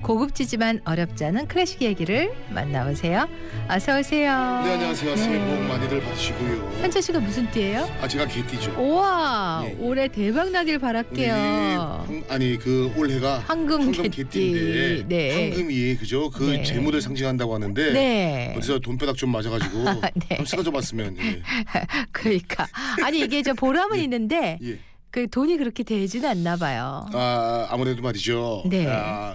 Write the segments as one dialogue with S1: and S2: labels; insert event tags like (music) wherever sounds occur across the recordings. S1: 고급지지만 어렵지 않은 클래식 얘기를 만나보세요. 어서 오세요.
S2: 네 안녕하세요. 새해 복 많이들 받으시고요.
S1: 현철 씨가 무슨 띠예요?
S2: 아 제가 개띠죠.
S1: 우와
S2: 예, 예.
S1: 올해 대박 나길 바랄게요.
S2: 네, 황- 아니 그 올해가
S1: 황금 개띠.
S2: 개띠인데
S1: 네.
S2: 황금이 그죠? 그
S1: 네.
S2: 재물을 상징한다고 하는데
S1: 네.
S2: 어디서 돈벼락 좀 맞아가지고
S1: (laughs) 네.
S2: 좀 쓰가 좀 맞으면 예.
S1: 그러니까 아니 이게 저 보람은 있는데
S2: 예.
S1: 그 돈이 그렇게 되지는 않나 봐요.
S2: 아 아무래도 말이죠.
S1: 네.
S2: 아,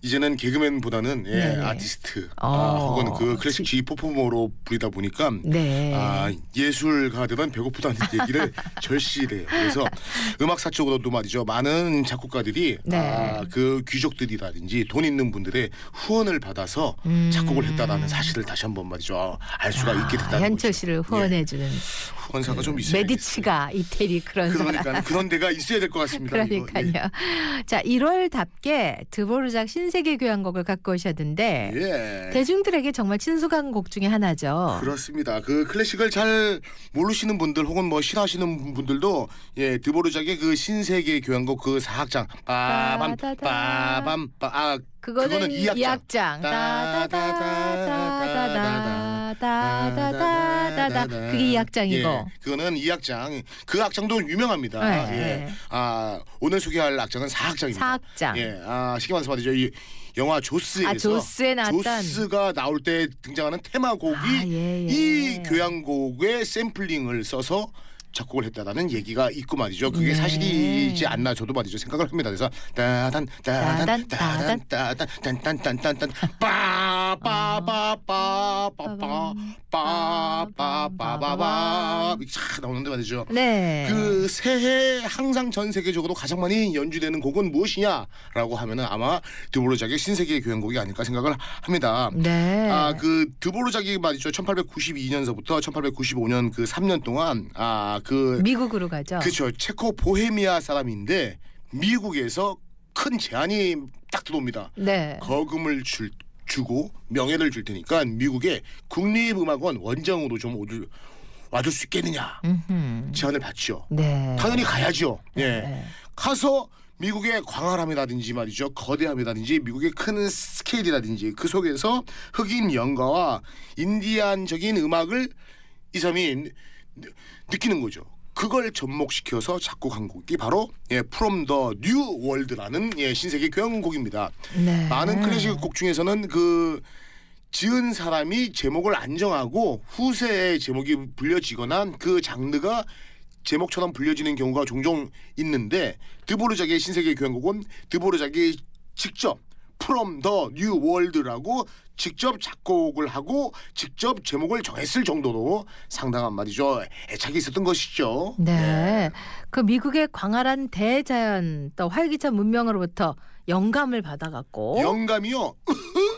S2: 이제는 개그맨보다는 예,
S1: 네네.
S2: 아티스트
S1: 어.
S2: 아, 혹은 그 클래식 지휘 퍼포머로 부리다 보니까
S1: 네.
S2: 아, 예술가 되던 배고프다는 (laughs) 얘기를 절실해요. 그래서 음악사 쪽으로도 말이죠. 많은 작곡가들이
S1: 네.
S2: 아, 그 귀족들이라든지 돈 있는 분들의 후원을 받아서
S1: 음. 아,
S2: 작곡을 했다라는 사실을 다시 한번 말이죠. 알 수가 있게 됐다는
S1: 현철
S2: 거죠.
S1: 씨를
S2: 예,
S1: 후원해주는 그
S2: 후원사가 좀 있어야
S1: 메디치가 이태리 그런 사람.
S2: 그러니까 그런 데가 있어야 될 것 같습니다. 이거. 예.
S1: 그러니까요. (laughs) 자, 1월답게 드보르작 신세계 교향곡을 갖고 오셨는데
S2: 예. 예.
S1: 대중들에게 정말 친숙한 곡 중에 하나죠.
S2: 그렇습니다. 그 클래식을 잘 모르시는 분들 혹은 뭐 싫어하시는 분들도 예 드보르작의 그 신세계 교향곡 그 사악장 빠밤
S1: 빠다다.
S2: 빠밤 빠아
S1: 그거는
S2: 그거는 이 악장.
S1: 이악장. 따다다다다다다다다다다다. 그게 이악장이고.
S2: 예, 그거는 이 악장. 그 악장도 유명합니다.
S1: 네,
S2: 예.
S1: 네.
S2: 아 오늘 소개할 악장은 사악장입니다.
S1: 사악장.
S2: 예. 아 쉽게 말해서 말이죠. 이 영화 조스에서
S1: 아, 조스에 나왔던.
S2: 조스가 나올 때 등장하는 테마곡이
S1: 아, 예, 예.
S2: 이 교향곡의 샘플링을 써서 작곡을 했다라는 얘기가 있고 말이죠. 그게
S1: 네.
S2: 사실이지 않나 저도 말이죠. 생각을 합니다. 그래서 따단 따단
S1: 따단,
S2: 따단 따단 딴딴딴딴딴 빠빠빠빠빠빠빠빠빠빠빠 이렇게 쫙 나오는데 말이죠.
S1: 네.
S2: 그 새해 항상 전 세계적으로 가장 많이 연주되는 곡은 무엇이냐라고 하면은 아마 드보르작의 신세계 교향곡이 아닐까 생각을 합니다.
S1: 네.
S2: 아, 그 드보르작이 말이죠. 1892년서부터 1895년 그 3년 동안 아, 그
S1: 미국으로 가죠.
S2: 그렇죠. 체코 보헤미아 사람인데 미국에서 큰 제안이 딱 들어옵니다.
S1: 네.
S2: 거금을 줄 주고 명예를 줄 테니까 미국의 국립음악원 원장으로 좀 오줄 와줄 수 있겠느냐
S1: 음흠.
S2: 제안을 받죠.
S1: 네.
S2: 당연히 가야죠. 예.
S1: 네.
S2: 가서 미국의 광활함이라든지 말이죠. 거대함이라든지 미국의 큰 스케일이라든지 그 속에서 흑인 연가와 인디안적인 음악을 이 사람이 느- 느끼는 거죠. 그걸 접목시켜서 작곡한 곡이 바로 예, From the New World라는 예, 신세계 교향곡입니다.
S1: 네.
S2: 많은 클래식 곡 중에서는 그 지은 사람이 제목을 안정하고 후세의 제목이 불려지거나 그 장르가 제목처럼 불려지는 경우가 종종 있는데 드보르작의 신세계 교향곡은 드보르작이 직접 From the New World라고 직접 작곡을 하고 직접 제목을 정했을 정도로 상당한 말이죠 애착이 있었던 것이죠.
S1: 네. 그 미국의 광활한 대자연 또 활기찬 문명으로부터 영감을 받아갖고
S2: 영감이요. (laughs)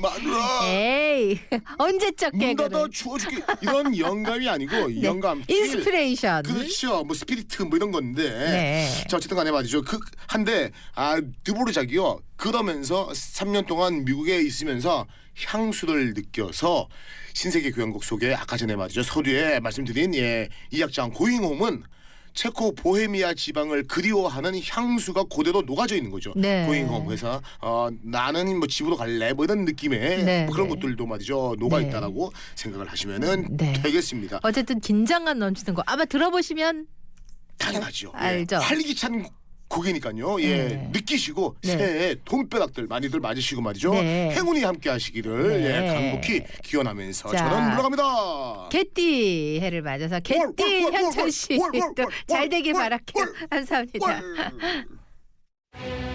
S2: 마누라.
S1: 네. 에이 (laughs) 언제적
S2: 문 닫아
S1: 개그는
S2: 주워 줄게 이런 영감이 아니고 영감 필,
S1: 인스피레이션
S2: 그렇죠 뭐 스피리트 뭐 이런 건데
S1: 네.
S2: 자 어쨌든 간에 말이죠 그 한데 아 드보르작이요 그러면서 3년 동안 미국에 있으면서 향수를 느껴서 신세계 교향곡 속에 아까 전에 말이죠 서두에 말씀드린 예 이악장 고잉홈은 체코 보헤미아 지방을 그리워하는 향수가 그대로 녹아져 있는 거죠.
S1: 네.
S2: 고잉홈 회사 어, 나는 뭐 집으로 갈래 뭐 이런 느낌의
S1: 네,
S2: 뭐 그런
S1: 네.
S2: 것들도 말이죠 녹아
S1: 네.
S2: 있다라고 생각을 하시면은
S1: 네.
S2: 되겠습니다.
S1: 어쨌든 긴장감 넘치는 거 아마 들어보시면
S2: 당연하죠. 예.
S1: 아, 알죠.
S2: 활기찬 곡이니까요. 예,
S1: 네.
S2: 느끼시고
S1: 네.
S2: 새해 돈벼락들 많이들 맞으시고 말이죠.
S1: 네.
S2: 행운이 함께 하시기를
S1: 네.
S2: 예, 간곡히 기원하면서
S1: 자.
S2: 저는 물러갑니다.
S1: 개띠 해를 맞아서
S2: 월, 월,
S1: 개띠
S2: 월,
S1: 현철 (laughs)
S2: 월, 월, 월, 월,
S1: 씨잘
S2: 월,
S1: 되길
S2: 월,
S1: 바랄게요
S2: 월,
S1: 감사합니다.
S2: 월.